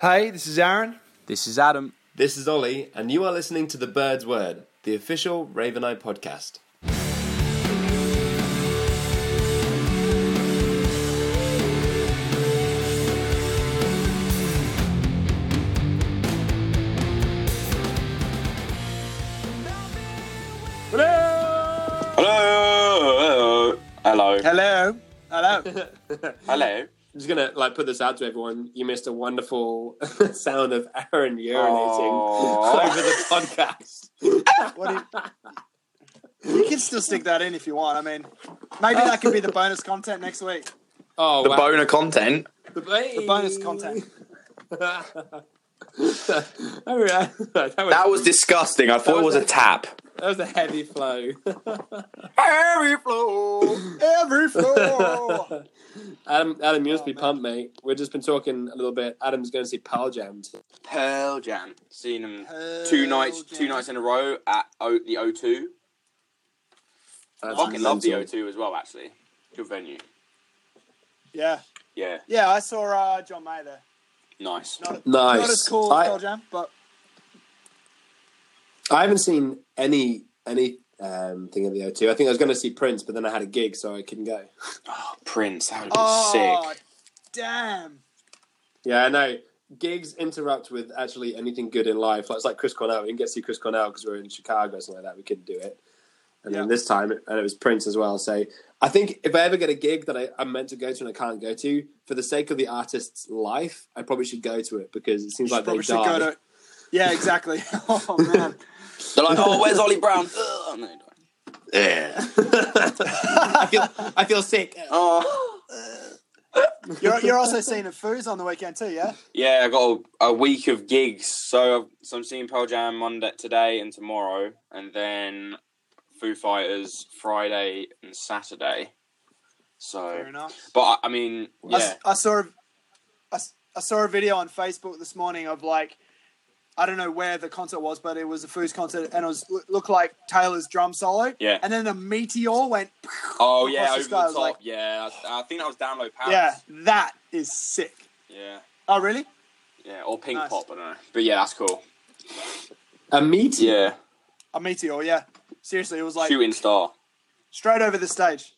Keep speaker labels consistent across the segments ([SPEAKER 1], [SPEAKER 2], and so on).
[SPEAKER 1] Hey, this is Aaron.
[SPEAKER 2] This is Adam.
[SPEAKER 3] This is Ollie, and you are listening to The Bird's Word, the official Raven Eye podcast.
[SPEAKER 4] Hello. Hello.
[SPEAKER 1] Hello. Hello.
[SPEAKER 4] Hello.
[SPEAKER 3] I'm just gonna like put this out to everyone. You missed a wonderful sound of Aaron urinating
[SPEAKER 4] Aww.
[SPEAKER 3] over the podcast.
[SPEAKER 1] What do you, you can still stick that in if you want. I mean, maybe that can be the bonus content next week.
[SPEAKER 3] Oh,
[SPEAKER 2] The
[SPEAKER 3] wow.
[SPEAKER 2] boner content.
[SPEAKER 3] the,
[SPEAKER 1] The bonus content.
[SPEAKER 3] All right. that, was,
[SPEAKER 2] That was disgusting. I thought it was a tap.
[SPEAKER 3] that was a heavy flow.
[SPEAKER 2] Harry flow.
[SPEAKER 1] Every floor.
[SPEAKER 3] Adam, Adam, you must
[SPEAKER 1] Oh,
[SPEAKER 3] be
[SPEAKER 1] man.
[SPEAKER 3] pumped, mate. We've just been talking a little bit. Adam's going to see Pearl Jam.
[SPEAKER 4] Pearl Jam. Seen them two nights, two nights in a row at o- the O2. I fucking love the O2 as well. Actually, good venue.
[SPEAKER 1] Yeah.
[SPEAKER 4] Yeah,
[SPEAKER 1] Yeah, I saw uh, John May there.
[SPEAKER 4] nice.
[SPEAKER 1] Not,
[SPEAKER 3] Nice.
[SPEAKER 1] not as cool
[SPEAKER 3] I-
[SPEAKER 1] as Pearl Jam, but
[SPEAKER 3] I haven't seen any any um, thing at the O2. I think I was going to see Prince, but then I had a gig, so I couldn't go.
[SPEAKER 4] Oh, Prince, that would have been
[SPEAKER 1] oh,
[SPEAKER 4] sick.
[SPEAKER 1] damn.
[SPEAKER 3] Yeah, I know. Gigs interrupt with actually anything good in life. Like, it's like Chris Cornell. We didn't get to see Chris Cornell because we were in Chicago or something like that. We couldn't do it. And
[SPEAKER 1] Yeah.
[SPEAKER 3] then this time, and it was Prince as well. So I think if I ever get a gig that I, I'm meant to go to and I can't go to, for the sake of the artist's life, I probably should go to it because it seems
[SPEAKER 1] You
[SPEAKER 3] like they
[SPEAKER 1] probably should
[SPEAKER 3] died.
[SPEAKER 1] go to. Yeah, exactly. oh man.
[SPEAKER 4] They're like, oh, where's Ollie Brown? Ugh. Oh, no, you don't.
[SPEAKER 2] Yeah.
[SPEAKER 3] I feel I feel sick.
[SPEAKER 4] oh.
[SPEAKER 1] You're, you're also seeing at Foos on the weekend too, yeah?
[SPEAKER 4] Yeah, I got a, a week of gigs, so so I'm seeing Pearl Jam Monday today and tomorrow, and then Foo Fighters Friday and Saturday. So,
[SPEAKER 1] Fair enough.
[SPEAKER 4] but I, I mean,
[SPEAKER 1] I
[SPEAKER 4] yeah,
[SPEAKER 1] s- I, saw a, I, s- I saw a video on Facebook this morning of like, I don't know where the concert was, but it was a Foos concert and it was lo- looked like Taylor's drum solo.
[SPEAKER 4] Yeah.
[SPEAKER 1] And then a meteor went.
[SPEAKER 4] oh yeah,
[SPEAKER 1] across the sky,
[SPEAKER 4] over the
[SPEAKER 1] I was
[SPEAKER 4] top,
[SPEAKER 1] like-
[SPEAKER 4] yeah. I, I think that was Download Palace.
[SPEAKER 1] Yeah, that is sick.
[SPEAKER 4] yeah,
[SPEAKER 1] Oh, really?
[SPEAKER 4] yeah, or Pink
[SPEAKER 1] Nice.
[SPEAKER 4] Pop, I don't know, but yeah, that's cool.
[SPEAKER 3] A meteor.
[SPEAKER 4] Yeah,
[SPEAKER 1] A meteor, yeah. Seriously, it was like
[SPEAKER 4] shooting star.
[SPEAKER 1] straight over the stage.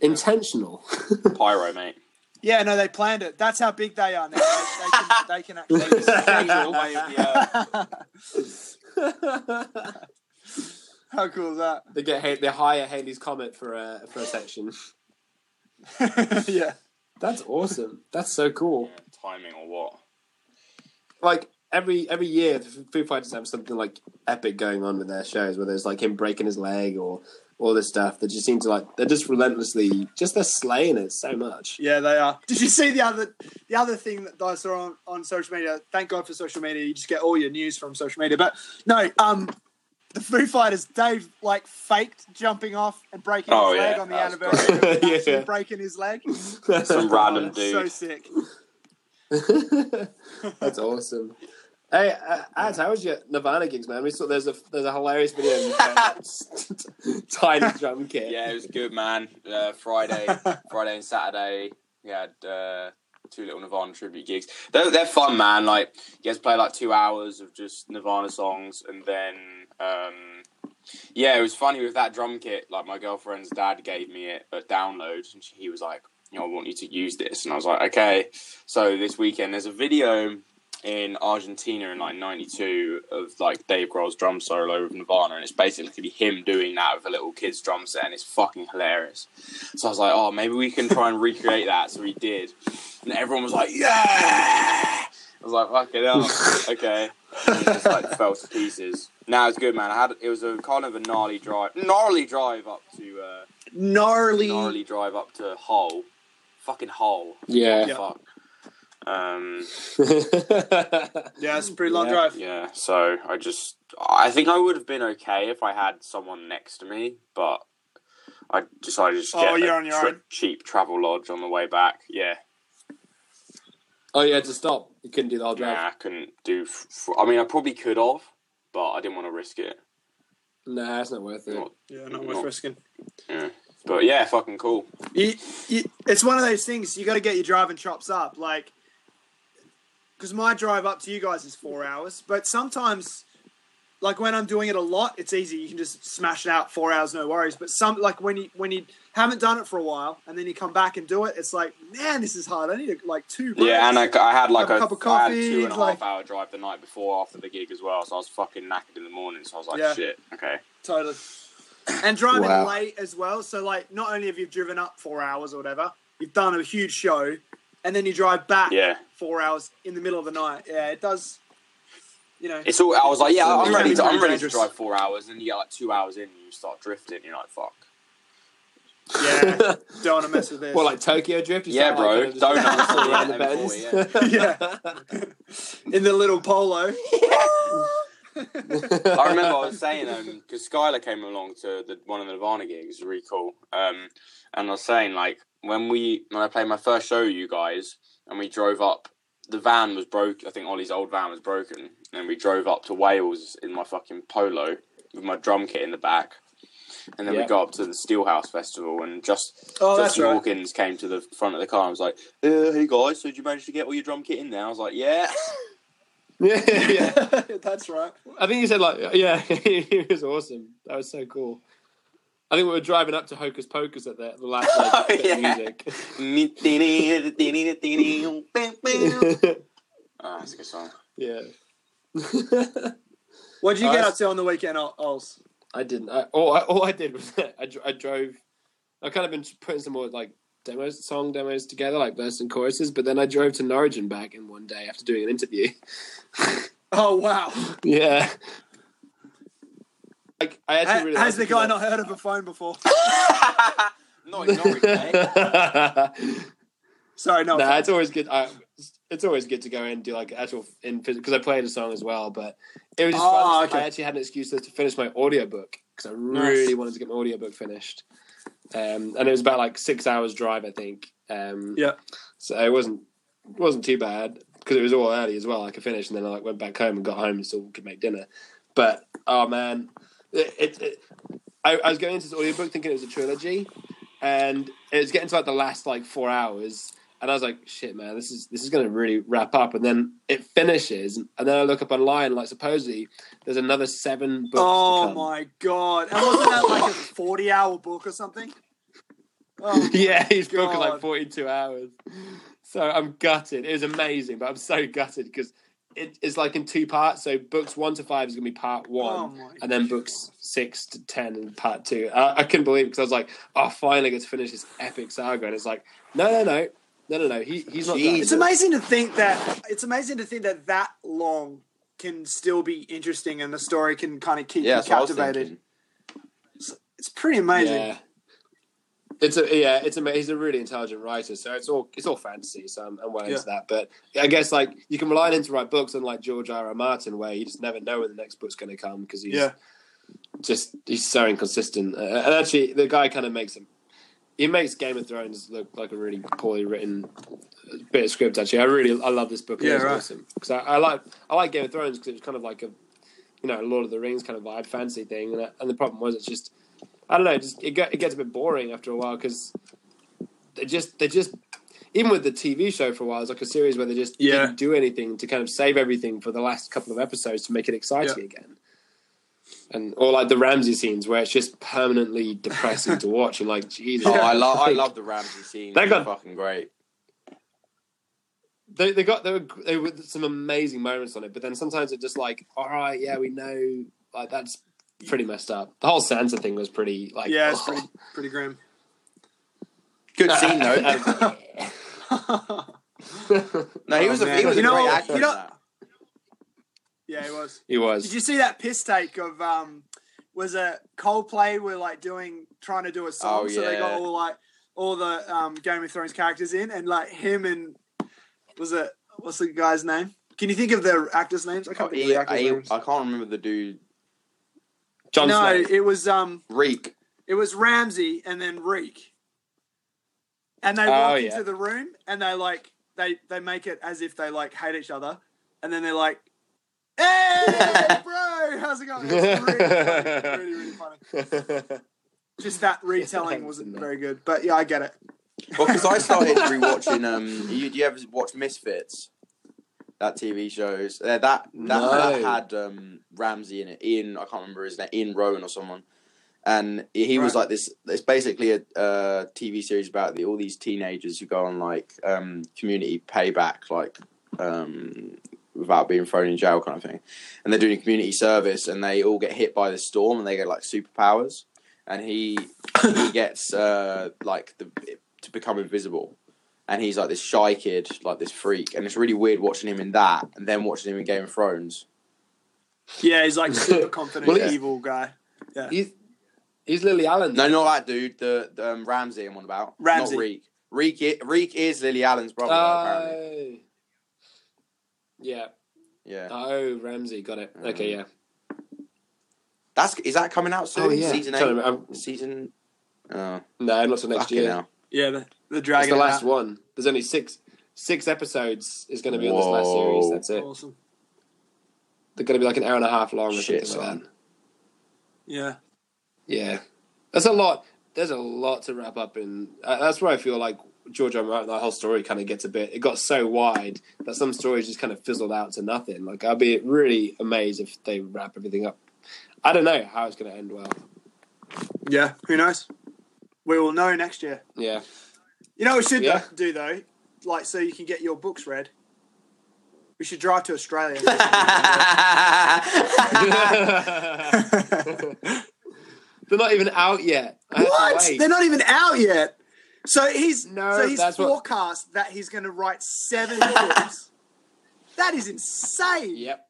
[SPEAKER 3] Intentional.
[SPEAKER 4] Pyro, mate.
[SPEAKER 1] Yeah, no, they planned it. That's how big they are now. They, they, can, they can actually. How cool is that?
[SPEAKER 3] they get Ha- they hire Haley's Comet for a for a section.
[SPEAKER 1] yeah.
[SPEAKER 3] That's awesome. That's so cool.
[SPEAKER 4] Yeah, timing or what?
[SPEAKER 3] Like every every year, the Foo Fighters have something like epic going on with their shows, whether it's like him breaking his leg or all this stuff. They just seem to like they're just relentlessly just they're slaying it so much.
[SPEAKER 1] Yeah, they are. Did you see the other the other thing that I saw on, on social media? Thank God for social media. You just get all your news from social media. But no, um the Foo Fighters, Dave like faked jumping off and breaking
[SPEAKER 4] Oh,
[SPEAKER 1] his
[SPEAKER 4] yeah,
[SPEAKER 1] leg on the
[SPEAKER 4] that
[SPEAKER 1] anniversary
[SPEAKER 4] was
[SPEAKER 1] of
[SPEAKER 3] great.
[SPEAKER 1] actually
[SPEAKER 3] Yeah.
[SPEAKER 1] breaking his leg.
[SPEAKER 4] Some
[SPEAKER 1] Oh,
[SPEAKER 4] random
[SPEAKER 1] that's so
[SPEAKER 4] dude.
[SPEAKER 1] sick.
[SPEAKER 3] That's awesome. Hey, uh, Ads, how was your Nirvana gigs, man? We saw there's a there's a hilarious video of you playing that tiny drum kit.
[SPEAKER 4] Yeah, it was good, man. Uh, Friday, Friday and Saturday, we had uh, two little Nirvana tribute gigs. They're, they're fun, man. Like you guys play like two hours of just Nirvana songs, and then um, yeah, it was funny with that drum kit. Like my girlfriend's dad gave me it at download, and she, he was like, "You know, I want you to use this," and I was like, "Okay." So this weekend, there's a video in Argentina in like '92 of like Dave Grohl's drum solo with Nirvana, and it's basically him doing that with a little kid's drum set, and it's fucking hilarious. So I was like, oh, maybe we can try and recreate that. So we did, and everyone was like, yeah. I was like, fucking hell, okay. And it just like fell to pieces. Now it's good, man. I had it was a kind of a gnarly drive, gnarly drive up to uh,
[SPEAKER 1] Gnarly.
[SPEAKER 4] gnarly drive up to Hull, fucking Hull.
[SPEAKER 3] Yeah.
[SPEAKER 4] Fuck. Um,
[SPEAKER 1] Yeah, it's a pretty long
[SPEAKER 3] Yeah.
[SPEAKER 1] drive.
[SPEAKER 4] Yeah, so I just I think I would have been okay if I had someone next to me, but I decided to just
[SPEAKER 1] Oh,
[SPEAKER 4] get
[SPEAKER 1] you're
[SPEAKER 4] a
[SPEAKER 1] on your own.
[SPEAKER 4] cheap travel lodge on the way back. Yeah,
[SPEAKER 3] oh, you had to stop. You couldn't do the whole drive.
[SPEAKER 4] nah, I couldn't do. F- f- I mean, I probably could have, but I didn't want to risk it.
[SPEAKER 3] Nah, it's not worth it.
[SPEAKER 4] Not-
[SPEAKER 1] Yeah, not worth risking.
[SPEAKER 4] yeah. But yeah, fucking cool.
[SPEAKER 1] You, you, it's one of those things you got to get your driving chops up. Like because my drive up to you guys is four hours. But sometimes, like when I'm doing it a lot, it's easy. You can just smash it out four hours, no worries. But some like when you when you haven't done it for a while and then you come back and do it, it's like man, this is hard. I need like two. Breaks.
[SPEAKER 4] Yeah, and I, I had like
[SPEAKER 1] Have a
[SPEAKER 4] a,
[SPEAKER 1] cup of
[SPEAKER 4] I had
[SPEAKER 1] coffee,
[SPEAKER 4] a two and a half
[SPEAKER 1] like-
[SPEAKER 4] hour drive the night before after the gig as well, so I was fucking knackered in the morning. So I was like,
[SPEAKER 1] Yeah.
[SPEAKER 4] shit, okay.
[SPEAKER 1] Totally. And driving
[SPEAKER 3] Wow.
[SPEAKER 1] late as well. So like not only have you driven up four hours or whatever, you've done a huge show and then you drive back
[SPEAKER 4] Yeah.
[SPEAKER 1] four hours in the middle of the night. Yeah, it does you know
[SPEAKER 4] It's all. I was like, yeah, I'm
[SPEAKER 1] It's
[SPEAKER 4] ready. To,
[SPEAKER 1] really
[SPEAKER 4] I'm ready to
[SPEAKER 1] dangerous.
[SPEAKER 4] drive four hours, and you get like two hours in, and you start drifting. You're like, fuck.
[SPEAKER 1] Yeah. Don't wanna mess with this.
[SPEAKER 3] Well, like Tokyo Drift. you
[SPEAKER 4] Yeah,
[SPEAKER 3] start,
[SPEAKER 4] bro,
[SPEAKER 3] Like,
[SPEAKER 4] don't
[SPEAKER 3] know.
[SPEAKER 4] know.
[SPEAKER 3] Around the bends.
[SPEAKER 4] Yeah.
[SPEAKER 1] yeah. in the little polo. Oh,
[SPEAKER 4] I remember I was saying because Skylar came along to the one of the Nirvana gigs, recall, um, and I was saying like when we when I played my first show, with you guys, and we drove up. The van was broke. I think Ollie's old van was broken, and we drove up to Wales in my fucking polo with my drum kit in the back, and then
[SPEAKER 3] Yeah.
[SPEAKER 4] we got up to the Steelhouse Festival and just
[SPEAKER 1] Oh, that's
[SPEAKER 4] Justin
[SPEAKER 1] right.
[SPEAKER 4] Hawkins came to the front of the car and was like, uh, "Hey guys, so did you manage to get all your drum kit in there?" I was like, "Yeah."
[SPEAKER 3] yeah, yeah.
[SPEAKER 1] That's right.
[SPEAKER 3] I think you said like yeah, it was awesome. That was so cool. I think we were driving up to Hocus Pocus at the, the last like, bit of
[SPEAKER 4] yeah.
[SPEAKER 3] music.
[SPEAKER 4] oh, Ah, that's a good song.
[SPEAKER 3] yeah,
[SPEAKER 1] What did you
[SPEAKER 3] Oh,
[SPEAKER 1] get
[SPEAKER 3] that's-
[SPEAKER 1] up to on the weekend, Ols?
[SPEAKER 3] I didn't. I, all, I, all I did was I, dr- I drove. I've kind of been putting some more like demos, song demos together, like verse and choruses. But then I drove to Norwich and back in one day after doing an interview.
[SPEAKER 1] Oh wow!
[SPEAKER 3] yeah. Like I actually really
[SPEAKER 1] Has the
[SPEAKER 3] liked it
[SPEAKER 1] guy not
[SPEAKER 3] because
[SPEAKER 1] heard of a phone before?
[SPEAKER 4] Not ignoring mate.
[SPEAKER 3] I-
[SPEAKER 1] Sorry, no.
[SPEAKER 3] No, it's always good. I, it's always good to go in and do like actual in because I played a song as well, but it was just
[SPEAKER 1] Oh,
[SPEAKER 3] fun.
[SPEAKER 1] okay.
[SPEAKER 3] I actually had an excuse to to finish my audiobook because I really wanted to get my audiobook finished. Um, and it was about like six hours drive, I think. Um,
[SPEAKER 1] Yeah.
[SPEAKER 3] So it wasn't it wasn't too bad because it was all early as well. I could finish and then I like went back home and got home and still could make dinner. But oh man, it, it, it I, I was going into this audiobook thinking it was a trilogy, and it was getting to like the last like four hours, and I was like, "Shit, man, this is this is going to really wrap up." And then it finishes, and then I look up online, like supposedly there's another seven books. to
[SPEAKER 1] Oh
[SPEAKER 3] come.
[SPEAKER 1] my god! And wasn't that like a forty-hour book or something? Oh,
[SPEAKER 3] Yeah, his book is
[SPEAKER 1] God.
[SPEAKER 3] like 42 hours. So I'm gutted. It was amazing, but I'm so gutted because it, it's like in two parts. So books one to five is going to be part one,
[SPEAKER 1] Oh my
[SPEAKER 3] and then books six to ten and part two. I, I couldn't believe because I was like, oh, finally I get to finish this epic saga. And it's like, no, no, no. No, no, no. He, he's not. done.
[SPEAKER 1] it's amazing to think that it's amazing to think that that long can still be interesting and the story can kind of keep
[SPEAKER 4] Yeah,
[SPEAKER 1] you
[SPEAKER 4] that's what I was
[SPEAKER 1] captivated.
[SPEAKER 4] thinking.
[SPEAKER 1] It's pretty amazing.
[SPEAKER 3] Yeah. It's a yeah. It's a he's a really intelligent writer, so it's all it's all fantasy. So I'm, I'm well into that. But I guess like you can rely on him to write books, unlike George R. R. Martin, where you just never know when the next book's going to come because he's
[SPEAKER 1] Yeah.
[SPEAKER 3] just he's so inconsistent. Uh, and actually, the guy kind of makes him. He makes Game of Thrones look like a really poorly written bit of script. Actually, I really I love this book.
[SPEAKER 1] Yeah,
[SPEAKER 3] Yeah, it's
[SPEAKER 1] right.
[SPEAKER 3] awesome because I, I like I like Game of Thrones because it was kind of like a you know Lord of the Rings kind of vibe, fancy thing. And, I, and the problem was it's just I don't know, just it, get, it gets a bit boring after a while because they just they just even with the TV show for a while, it's like a series where they just
[SPEAKER 1] Yeah.
[SPEAKER 3] didn't do anything to kind of save everything for the last couple of episodes to make it exciting again. And or like the Ramsey scenes where it's just permanently depressing to watch and like Jesus,
[SPEAKER 4] Oh, I love, I love the Ramsey scene.
[SPEAKER 3] That
[SPEAKER 4] That
[SPEAKER 3] got-
[SPEAKER 4] got fucking great.
[SPEAKER 3] they, they got they were they were some amazing moments on it, but then sometimes it's just like, all right, yeah, we know, like that's pretty messed up. The whole Sansa thing was pretty like,
[SPEAKER 1] yeah,
[SPEAKER 4] "Oh."
[SPEAKER 1] it's pretty, pretty grim.
[SPEAKER 4] Good scene though. no, he was a, he was
[SPEAKER 1] You
[SPEAKER 4] a
[SPEAKER 1] know-
[SPEAKER 4] great actor.
[SPEAKER 1] you
[SPEAKER 4] in
[SPEAKER 1] know-
[SPEAKER 4] that.
[SPEAKER 1] yeah, it was.
[SPEAKER 3] He
[SPEAKER 1] Did
[SPEAKER 3] was.
[SPEAKER 1] you see that piss take of um was a Coldplay were like doing trying to do a song,
[SPEAKER 4] Oh,
[SPEAKER 1] so they got
[SPEAKER 4] yeah.
[SPEAKER 1] all like all the um Game of Thrones characters in and like him and was it what's the guy's name? Can you think of their actors' names? I
[SPEAKER 4] Oh,
[SPEAKER 1] can't think of
[SPEAKER 4] he-
[SPEAKER 1] the actors'
[SPEAKER 4] I,
[SPEAKER 1] names.
[SPEAKER 4] I can't remember the dude.
[SPEAKER 3] John
[SPEAKER 1] no,
[SPEAKER 3] Snow.
[SPEAKER 1] it was um
[SPEAKER 4] Reek.
[SPEAKER 1] it was Ramsey and then Reek. And they
[SPEAKER 3] Oh,
[SPEAKER 1] walk
[SPEAKER 3] yeah.
[SPEAKER 1] into the room and they like they they make it as if they like hate each other and then they're like Hey bro, how's it going? It's Reek. Like, really, really funny. Just that retelling wasn't very good. But yeah, I get it.
[SPEAKER 2] um,
[SPEAKER 4] Well, because I started rewatching. Um, you, do you ever watch Misfits?
[SPEAKER 2] That TV shows uh, that that,
[SPEAKER 3] No.
[SPEAKER 2] that had um, Ramsey in it. Ian, I can't remember his name. Ian Rowan or someone, and he was
[SPEAKER 1] Right.
[SPEAKER 2] like this. It's basically a uh, TV series about the, all these teenagers who go on like um, community payback, like um, without being thrown in jail, kind of thing. And they're doing community service, and they all get hit by the storm, and they get like superpowers. And he he gets uh, like the, to become invisible, and he's like this shy kid, like this freak, and it's really weird watching him in that, and then watching him in Game of Thrones.
[SPEAKER 1] Yeah, he's like super confident,
[SPEAKER 3] Well, yeah.
[SPEAKER 1] evil guy.
[SPEAKER 3] He's he's Lily Allen.
[SPEAKER 2] No, not that dude. The, the um, Ramsey Uh, I'm on about.
[SPEAKER 1] Ramsay.
[SPEAKER 2] Not Reek. Reek. i- Reek is Lily Allen's brother. though, apparently.
[SPEAKER 3] Oh. yeah.
[SPEAKER 2] Yeah.
[SPEAKER 3] Oh, Ramsey got it. Okay, yeah.
[SPEAKER 2] That's is that coming out
[SPEAKER 3] Oh,
[SPEAKER 2] soon? Season eight.
[SPEAKER 3] Sorry, I'm-
[SPEAKER 2] Season. Oh,
[SPEAKER 3] no, not till next
[SPEAKER 2] fucking
[SPEAKER 3] year.
[SPEAKER 2] hell.
[SPEAKER 1] Yeah, the, the
[SPEAKER 3] That's
[SPEAKER 1] dragon.
[SPEAKER 3] the
[SPEAKER 1] and
[SPEAKER 3] last
[SPEAKER 1] that.
[SPEAKER 3] one. There's only six six episodes is going to be on this last series.
[SPEAKER 2] Whoa.
[SPEAKER 3] That's it.
[SPEAKER 1] Awesome.
[SPEAKER 3] They're going to be like an hour and a half long or
[SPEAKER 2] Shit,
[SPEAKER 3] something like
[SPEAKER 2] son.
[SPEAKER 3] that.
[SPEAKER 1] Yeah.
[SPEAKER 3] Yeah, that's a lot. There's a lot to wrap up in. Uh, that's where I feel like George R. R. Martin, that whole story kind of gets a bit. It got so wide that some stories just kind of fizzled out to nothing. Like I'd be really amazed if they wrap everything up. I don't know how it's going to end well.
[SPEAKER 1] Yeah. Who knows? We will know next year.
[SPEAKER 3] Yeah,
[SPEAKER 1] You know, what we should
[SPEAKER 3] Yeah.
[SPEAKER 1] do though, like, so you can get your books read. We should drive to Australia.
[SPEAKER 3] they're not even out yet. I had to
[SPEAKER 1] what?
[SPEAKER 3] wait.
[SPEAKER 1] They're not even out yet. So he's
[SPEAKER 3] No,
[SPEAKER 1] so he's
[SPEAKER 3] that's what-
[SPEAKER 1] forecast that he's going to write seven books. That is insane.
[SPEAKER 3] Yep.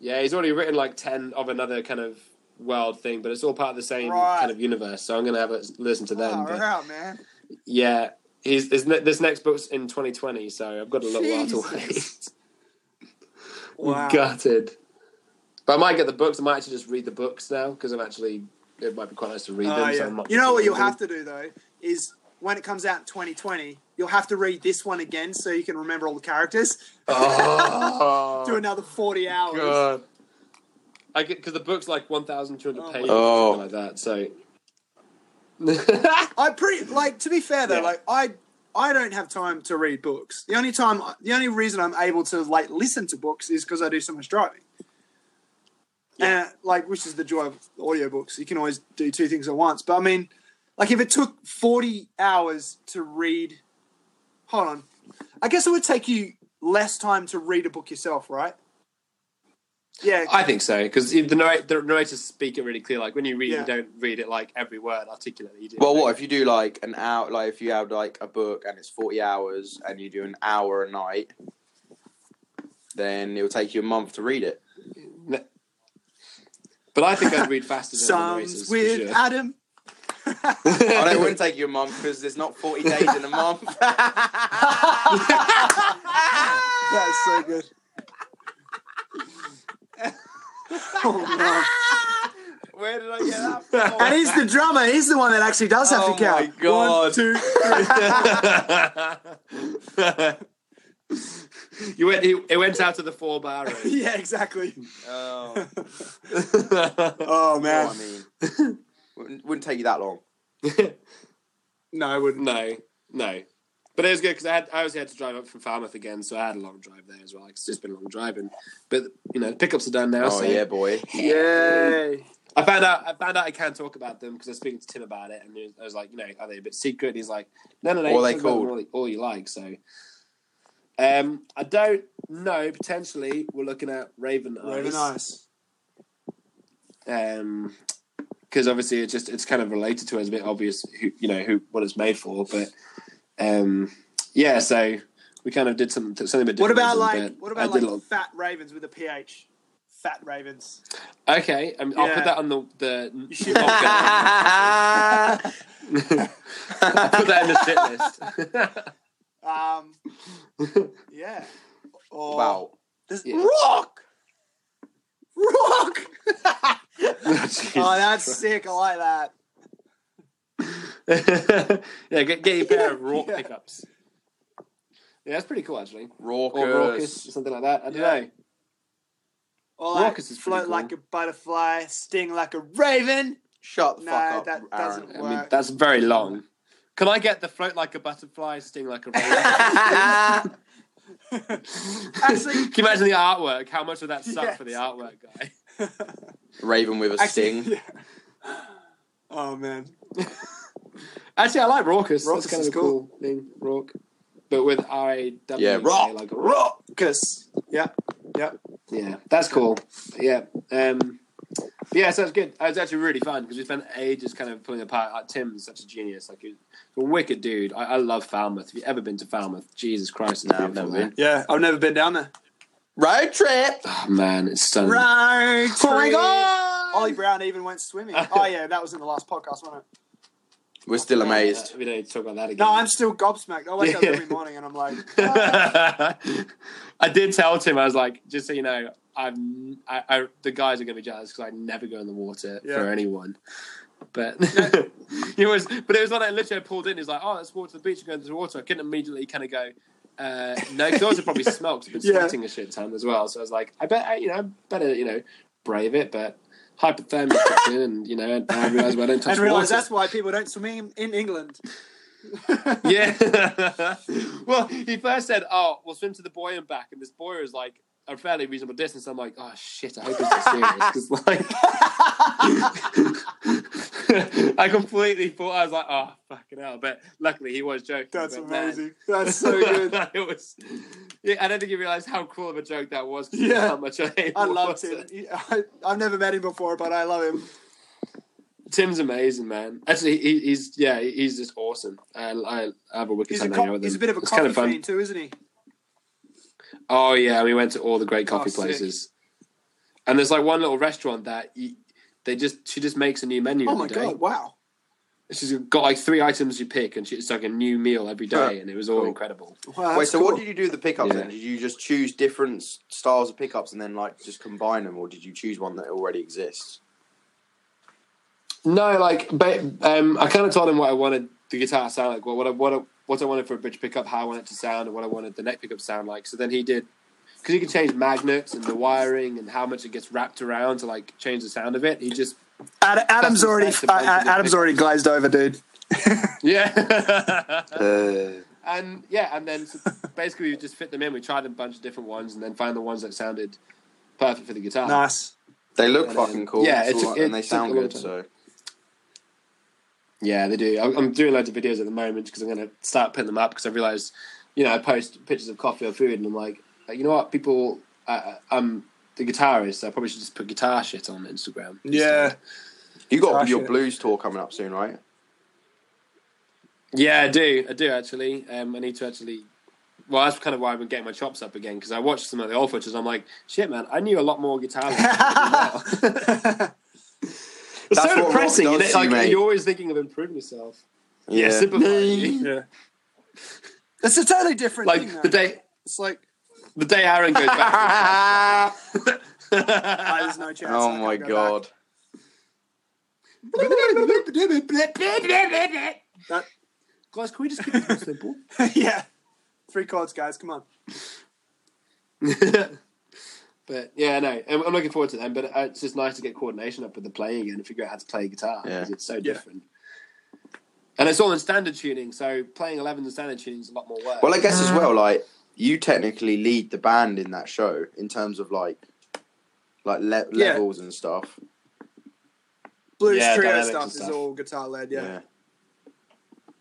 [SPEAKER 3] Yeah, he's already written like ten of another kind of world thing, but it's all part of the same
[SPEAKER 1] Right. Oh,
[SPEAKER 3] kind of universe. So I'm gonna have a listen to them.
[SPEAKER 1] Far
[SPEAKER 3] but-
[SPEAKER 1] out, man.
[SPEAKER 3] yeah, he's his, ne- this next book's in 2020, so I've got a little while to wait.
[SPEAKER 1] Jesus. Wow.
[SPEAKER 3] Gutted. But I might get the books. I might actually just read the books now because I'm actually. It might be quite nice to read
[SPEAKER 1] Oh,
[SPEAKER 3] them. So
[SPEAKER 1] yeah.
[SPEAKER 3] I'm not
[SPEAKER 1] You know what you'll have to do though is when it comes out in 2020, you'll have to read this one again so you can remember all the characters.
[SPEAKER 3] Oh,
[SPEAKER 1] Do another 40 hours.
[SPEAKER 3] God. I get because the book's like 1,200
[SPEAKER 1] Oh, my
[SPEAKER 3] pages,
[SPEAKER 2] God.
[SPEAKER 3] something like that. So.
[SPEAKER 1] I pretty like to be fair though,
[SPEAKER 3] Yeah.
[SPEAKER 1] like I I don't have time to read books. The only time the only reason I'm able to like listen to books is because I do so much driving. And like which is the joy of audiobooks. You can always do two things at once. But I mean, like if it took 40 hours to read hold on. I guess it would take you less time to read a book yourself, right? Yeah.
[SPEAKER 3] I think so because the, narr- the narrators speak it really clear. Like when you read, it,
[SPEAKER 1] Yeah.
[SPEAKER 3] you don't read it like every word articulately. You do
[SPEAKER 2] Well, what if you do like an hour? Like if you have like a book and it's forty hours, and you do an hour a night, then it will take you a month to read it.
[SPEAKER 3] But I think I'd read faster than the
[SPEAKER 1] Psalms
[SPEAKER 3] narrators. for
[SPEAKER 1] with
[SPEAKER 3] sure.
[SPEAKER 1] Adam.
[SPEAKER 2] I know it wouldn't take you a month because there's not forty days in a month.
[SPEAKER 1] That's so good. oh, no.
[SPEAKER 2] Where did I get that
[SPEAKER 1] And he's the drummer. He's the one that actually does have
[SPEAKER 2] Oh
[SPEAKER 1] to count.
[SPEAKER 2] my God.
[SPEAKER 1] One, two, three.
[SPEAKER 3] you went. It, it went out to the four bar. rate.
[SPEAKER 1] yeah, exactly.
[SPEAKER 2] Oh,
[SPEAKER 1] Oh
[SPEAKER 2] you know
[SPEAKER 1] man,
[SPEAKER 2] what I mean, wouldn't, wouldn't take you that long.
[SPEAKER 1] no, I wouldn't.
[SPEAKER 3] no, no. But it was good because I had I obviously had to drive up from Falmouth again, so I had a long drive there as well. Like, it's just been a long driving, but you know, pickups are done now.
[SPEAKER 2] Oh
[SPEAKER 3] so
[SPEAKER 2] yeah, boy.
[SPEAKER 1] Yay!
[SPEAKER 3] I found out. I found out I can talk about them because I was speaking to Tim about it, and he was- I was like, you know, are they a bit secret? And he's like, no, no, no.
[SPEAKER 2] What
[SPEAKER 3] you
[SPEAKER 2] are they
[SPEAKER 3] can talk about
[SPEAKER 2] called?
[SPEAKER 3] them All, all you like. So, um, I don't know. Potentially, we're looking at Raven Eyes.
[SPEAKER 1] Raven Eyes.
[SPEAKER 3] Um, because obviously it's just it's kind of related to it. It's a bit obvious who you know who what it's made for, but um, yeah. So we kind of did something something a bit
[SPEAKER 1] What
[SPEAKER 3] different.
[SPEAKER 1] about
[SPEAKER 3] with them,
[SPEAKER 1] like
[SPEAKER 3] but
[SPEAKER 1] what
[SPEAKER 3] I
[SPEAKER 1] about
[SPEAKER 3] did
[SPEAKER 1] like
[SPEAKER 3] a lot of-
[SPEAKER 1] fat ravens with a ph? Fat ravens.
[SPEAKER 3] Okay, um, I'll
[SPEAKER 1] Yeah.
[SPEAKER 3] put that on the the.
[SPEAKER 1] You should-
[SPEAKER 3] put that in the shit list.
[SPEAKER 1] Um, yeah. Or
[SPEAKER 2] wow.
[SPEAKER 1] Does-
[SPEAKER 3] Yeah.
[SPEAKER 1] rock. Rock. oh,
[SPEAKER 3] oh,
[SPEAKER 1] that's sick. I like that.
[SPEAKER 3] yeah, get, get your pair of rock
[SPEAKER 1] Yeah.
[SPEAKER 3] pickups. Yeah, that's pretty cool actually. Or raucous, or
[SPEAKER 2] Raucous.
[SPEAKER 3] something like that. I don't
[SPEAKER 1] Yeah.
[SPEAKER 3] know.
[SPEAKER 1] Or like
[SPEAKER 3] Raucous is pretty
[SPEAKER 1] float
[SPEAKER 3] cool.
[SPEAKER 1] like a butterfly, sting like a raven.
[SPEAKER 2] Shut the
[SPEAKER 1] No,
[SPEAKER 2] fuck up,
[SPEAKER 1] that
[SPEAKER 2] Aaron.
[SPEAKER 1] doesn't
[SPEAKER 3] I mean,
[SPEAKER 1] Work.
[SPEAKER 3] that's very long. Can I get the float like a butterfly, sting like a raven?
[SPEAKER 1] Actually-
[SPEAKER 3] Can you imagine the artwork? How much would that suck for the
[SPEAKER 1] Yes.
[SPEAKER 3] artwork guy?
[SPEAKER 2] Raven with a
[SPEAKER 1] Actually,
[SPEAKER 2] sting.
[SPEAKER 1] yeah. Oh man,
[SPEAKER 3] Actually, I like raucous.
[SPEAKER 1] Raucous
[SPEAKER 3] That's kind
[SPEAKER 1] is
[SPEAKER 3] of a cool, thing. Rauc, but with R A W.
[SPEAKER 2] Yeah, Rauc.
[SPEAKER 3] Like
[SPEAKER 1] raucous. Yeah, yeah.
[SPEAKER 3] Yeah, that's cool. Yeah, um, yeah, so it's good. It was actually really fun because we spent ages kind of pulling apart. Like, Tim's such a genius, like he's a wicked dude. I, I love Falmouth. Have you ever been to Falmouth? Jesus Christ, it's
[SPEAKER 2] No, I've
[SPEAKER 3] beautiful,
[SPEAKER 2] never
[SPEAKER 3] man.
[SPEAKER 1] Yeah, I've never been down there.
[SPEAKER 2] Road trip.
[SPEAKER 3] Oh, man, it's stunning.
[SPEAKER 1] Right.
[SPEAKER 3] Oh my god!
[SPEAKER 1] Ollie Brown even went swimming. Oh yeah, that was in the last podcast, wasn't it?
[SPEAKER 2] We're still amazed.
[SPEAKER 3] We don't talk about that again.
[SPEAKER 1] No, I'm still gobsmacked. I wake up
[SPEAKER 3] Yeah.
[SPEAKER 1] every morning and I'm like, "Ah."
[SPEAKER 3] I did tell Tim. I was like, just so you know, I'm. I, I the guys are going to be jealous because I never go in the water
[SPEAKER 1] Yeah.
[SPEAKER 3] for anyone. But it was. But it was like I literally pulled in. He's like, "Oh, let's walk to the beach and go into the water." I couldn't immediately kind of go. Uh, no, because I also probably smelt. I've been
[SPEAKER 1] Yeah.
[SPEAKER 3] sweating a shit ton as well. So I was like, I bet I, you know, I better you know, brave it. But hypothermia kicked in, and you know, and I realised well, I don't touch
[SPEAKER 1] and realize
[SPEAKER 3] water.
[SPEAKER 1] that's why people don't swim in, in England.
[SPEAKER 3] yeah. well, he first said, "Oh, we'll swim to the buoy and back," and this buoy is like a fairly reasonable distance. I'm like, "Oh shit, I hope it's not serious." 'cause, like, I completely thought I was like, "Oh fucking hell!" But luckily, he was joking.
[SPEAKER 1] That's
[SPEAKER 3] but, man,
[SPEAKER 1] amazing. That's so good.
[SPEAKER 3] it was. Yeah, I don't think you realised how cool of a joke that was. 'cause
[SPEAKER 1] Yeah.
[SPEAKER 3] how much I hate.
[SPEAKER 1] I loved
[SPEAKER 3] water.
[SPEAKER 1] him. He- I, I've never met him before, but I love him.
[SPEAKER 3] Tim's amazing, man. Actually, he, he's yeah, he's just awesome. I, I, I have a wicked
[SPEAKER 1] He's a,
[SPEAKER 3] time hanging out
[SPEAKER 1] co-
[SPEAKER 3] with him.
[SPEAKER 1] he's a bit of a
[SPEAKER 3] it's
[SPEAKER 1] coffee
[SPEAKER 3] kind of fun.
[SPEAKER 1] fiend too, isn't he?
[SPEAKER 3] Oh yeah, we went to all the great
[SPEAKER 1] Oh,
[SPEAKER 3] coffee
[SPEAKER 1] sick.
[SPEAKER 3] places, and there's like one little restaurant that you, they just she just makes a new menu.
[SPEAKER 1] Oh
[SPEAKER 3] every
[SPEAKER 1] my
[SPEAKER 3] day.
[SPEAKER 1] god! Wow.
[SPEAKER 3] She's got like three items you pick, and she, it's like a new meal every day,
[SPEAKER 2] Huh.
[SPEAKER 3] and it was all
[SPEAKER 2] Cool.
[SPEAKER 3] incredible.
[SPEAKER 1] wow
[SPEAKER 2] Wait,
[SPEAKER 1] that's
[SPEAKER 2] so
[SPEAKER 1] cool.
[SPEAKER 2] what did you do with the pickups
[SPEAKER 3] Yeah.
[SPEAKER 2] then? Did you just choose different s- styles of pickups and then like just combine them, or did you choose one that already exists?
[SPEAKER 3] No, like, but um, I kind of told him what I wanted the guitar to sound like, what what I, what I, what I wanted for a bridge pickup, how I wanted it to sound, and what I wanted the neck pickup to sound like. So then he did because you can change magnets and the wiring and how much it gets wrapped around to like change the sound of it. He just
[SPEAKER 1] Ad- Adam's
[SPEAKER 3] That's
[SPEAKER 1] already
[SPEAKER 3] the
[SPEAKER 1] uh,
[SPEAKER 3] place to
[SPEAKER 1] Adam's
[SPEAKER 3] pick-
[SPEAKER 1] already glazed over, dude.
[SPEAKER 3] yeah.
[SPEAKER 2] Uh,
[SPEAKER 3] and yeah, and then so basically we just fit them in. We tried a bunch of different ones, and then found the ones that sounded perfect for the guitar.
[SPEAKER 1] Nice.
[SPEAKER 2] they look
[SPEAKER 3] And, um,
[SPEAKER 2] fucking cool.
[SPEAKER 3] yeah,
[SPEAKER 2] Yeah,
[SPEAKER 3] it took-
[SPEAKER 2] and they
[SPEAKER 3] it took
[SPEAKER 2] sound
[SPEAKER 3] a long
[SPEAKER 2] good.
[SPEAKER 3] time.
[SPEAKER 2] So
[SPEAKER 3] Yeah, they do. I'm, I'm doing loads of videos at the moment because I'm going to start putting them up because I realized, you know, I post pictures of coffee or food, and I'm like, you know what, people, uh, I'm the guitarist, so I probably should just put guitar shit on Instagram. instead.
[SPEAKER 2] you got
[SPEAKER 1] Crush
[SPEAKER 2] your
[SPEAKER 1] it.
[SPEAKER 2] blues tour coming up soon, right?
[SPEAKER 3] yeah, I do, I do actually. Um, I need to actually. Well, that's kind of why I've been getting my chops up again because I watched some of the old footage. and I'm like, shit, man, I knew a lot more guitar. than I do now. It's
[SPEAKER 2] That's
[SPEAKER 3] so
[SPEAKER 2] what rock
[SPEAKER 3] depressing.
[SPEAKER 2] does
[SPEAKER 3] isn't it?
[SPEAKER 2] to you,
[SPEAKER 3] like,
[SPEAKER 2] mate.
[SPEAKER 3] You're always thinking of improving yourself. Yeah,
[SPEAKER 2] Yeah.
[SPEAKER 3] simplifying you.
[SPEAKER 1] yeah. It's a totally different thing.
[SPEAKER 3] Like
[SPEAKER 1] though.
[SPEAKER 3] the day,
[SPEAKER 1] it's like
[SPEAKER 3] the day Aaron goes back.
[SPEAKER 1] oh, there's no chance.
[SPEAKER 2] oh
[SPEAKER 1] I
[SPEAKER 2] my
[SPEAKER 1] can't go back.
[SPEAKER 2] god.
[SPEAKER 1] That-
[SPEAKER 3] Guys, can we just keep it more simple?
[SPEAKER 1] yeah. Three chords, guys. Come on.
[SPEAKER 3] but yeah, no, I'm, I'm looking forward to them. But uh, it's just nice to get coordination up with the playing again and figure out how to play guitar
[SPEAKER 2] Yeah.
[SPEAKER 3] because it's so different. And it's all in standard tuning, so playing 11s in standard tuning is a lot more work.
[SPEAKER 2] Well, I guess as well, like you technically lead the band in that show in terms of like, like le-
[SPEAKER 1] Yeah.
[SPEAKER 2] levels and stuff.
[SPEAKER 1] Blues
[SPEAKER 3] Yeah,
[SPEAKER 1] trio
[SPEAKER 3] dynamics
[SPEAKER 1] stuff
[SPEAKER 3] and
[SPEAKER 1] is
[SPEAKER 3] stuff.
[SPEAKER 1] all guitar led. Yeah.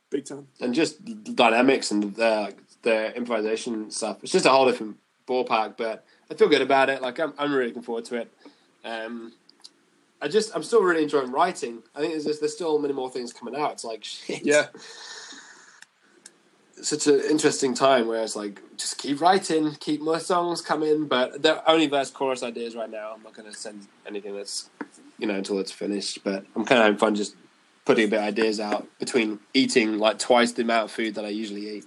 [SPEAKER 1] Big time.
[SPEAKER 3] and just the dynamics and the the improvisation stuff. It's just a whole different ballpark, but I feel good about it. Like I'm, I'm really looking forward to it. Um, I just, I'm still really enjoying writing. I think there's just, there's still many more things coming out. It's like shit.
[SPEAKER 1] Yeah.
[SPEAKER 3] It's such an interesting time where it's like just keep writing, keep more songs coming, but they're only verse chorus ideas right now. I'm not going to send anything that's you know until it's finished. But I'm kind of having fun just putting a bit of ideas out between eating like twice the amount of food that I usually eat.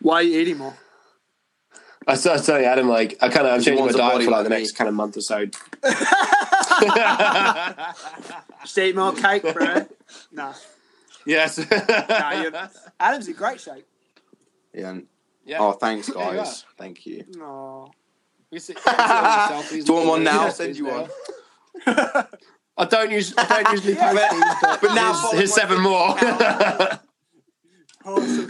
[SPEAKER 1] Why are you eating more?
[SPEAKER 3] I was I was telling Adam, like, I kind of I'm
[SPEAKER 2] Because he
[SPEAKER 3] changing my
[SPEAKER 2] wants a
[SPEAKER 3] diet
[SPEAKER 2] body
[SPEAKER 3] for like
[SPEAKER 2] like
[SPEAKER 3] the
[SPEAKER 2] me.
[SPEAKER 3] next kind of month or so.
[SPEAKER 1] Just eat more cake, bro. nah.
[SPEAKER 3] yes.
[SPEAKER 1] Nah, you're... Adam's in great shape.
[SPEAKER 2] Yeah. and-
[SPEAKER 3] yeah.
[SPEAKER 2] Oh, thanks,
[SPEAKER 3] There you
[SPEAKER 2] guys. Thank you.
[SPEAKER 1] No.
[SPEAKER 3] We see- we see all these selfies
[SPEAKER 2] Do you want
[SPEAKER 3] and
[SPEAKER 2] one now?
[SPEAKER 3] videos
[SPEAKER 2] I'll send you
[SPEAKER 3] now.
[SPEAKER 2] one.
[SPEAKER 3] I don't usually, I don't usually post these, but,
[SPEAKER 2] But now
[SPEAKER 3] here's,
[SPEAKER 2] follow
[SPEAKER 3] here's
[SPEAKER 2] my
[SPEAKER 3] seven more.
[SPEAKER 1] horses.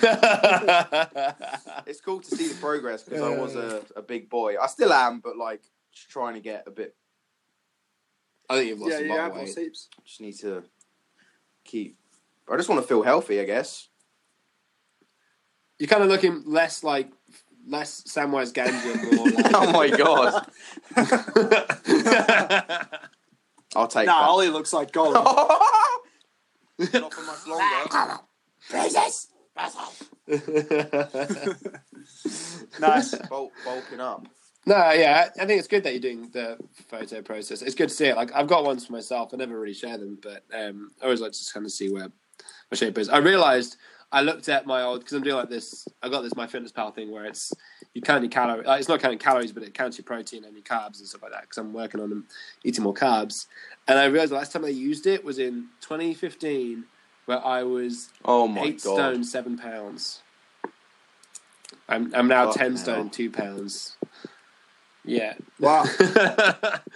[SPEAKER 2] it's cool to see the progress because I was a, a big boy. I still am, but like just trying to get a bit.
[SPEAKER 3] I think you've lost
[SPEAKER 1] yeah,
[SPEAKER 3] a
[SPEAKER 1] you
[SPEAKER 3] lot of
[SPEAKER 1] have
[SPEAKER 3] weight.
[SPEAKER 1] lost heaps.
[SPEAKER 2] Just need to keep. I just want to feel healthy, I guess.
[SPEAKER 3] You're kind of looking less like less Samwise Gamgee, more
[SPEAKER 2] oh
[SPEAKER 3] like.
[SPEAKER 2] my god! I'll
[SPEAKER 1] No,
[SPEAKER 2] take
[SPEAKER 1] nah,
[SPEAKER 2] that. Oh.
[SPEAKER 1] Ollie looks like gold.
[SPEAKER 2] Not for much longer.
[SPEAKER 3] Princess.
[SPEAKER 2] Oh
[SPEAKER 1] nice.
[SPEAKER 2] Bulk, bulking up.
[SPEAKER 3] no, yeah, I I think it's good that you're doing the photo process. It's good to see it. Like I've got ones for myself. I never really share them, but um, I always like to just kind of see where my shape is. I realized I looked at my old because I'm doing like this. I got this my fitness pal thing where it's you count your calories. Like, it's not counting calories, but it counts your protein and your carbs and stuff like that. Because I'm working on them eating more carbs, and I realized the last time I used it was in 2015, where I was
[SPEAKER 2] Oh my
[SPEAKER 3] eight
[SPEAKER 2] god!
[SPEAKER 3] stone seven pounds. I'm I'm now
[SPEAKER 2] Fuck
[SPEAKER 3] ten
[SPEAKER 2] now.
[SPEAKER 3] stone two pounds. Yeah.
[SPEAKER 2] Wow.